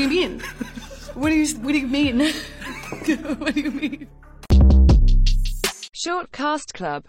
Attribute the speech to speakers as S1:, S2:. S1: you mean? What do you What do you mean? what do you mean?
S2: Short Cast Club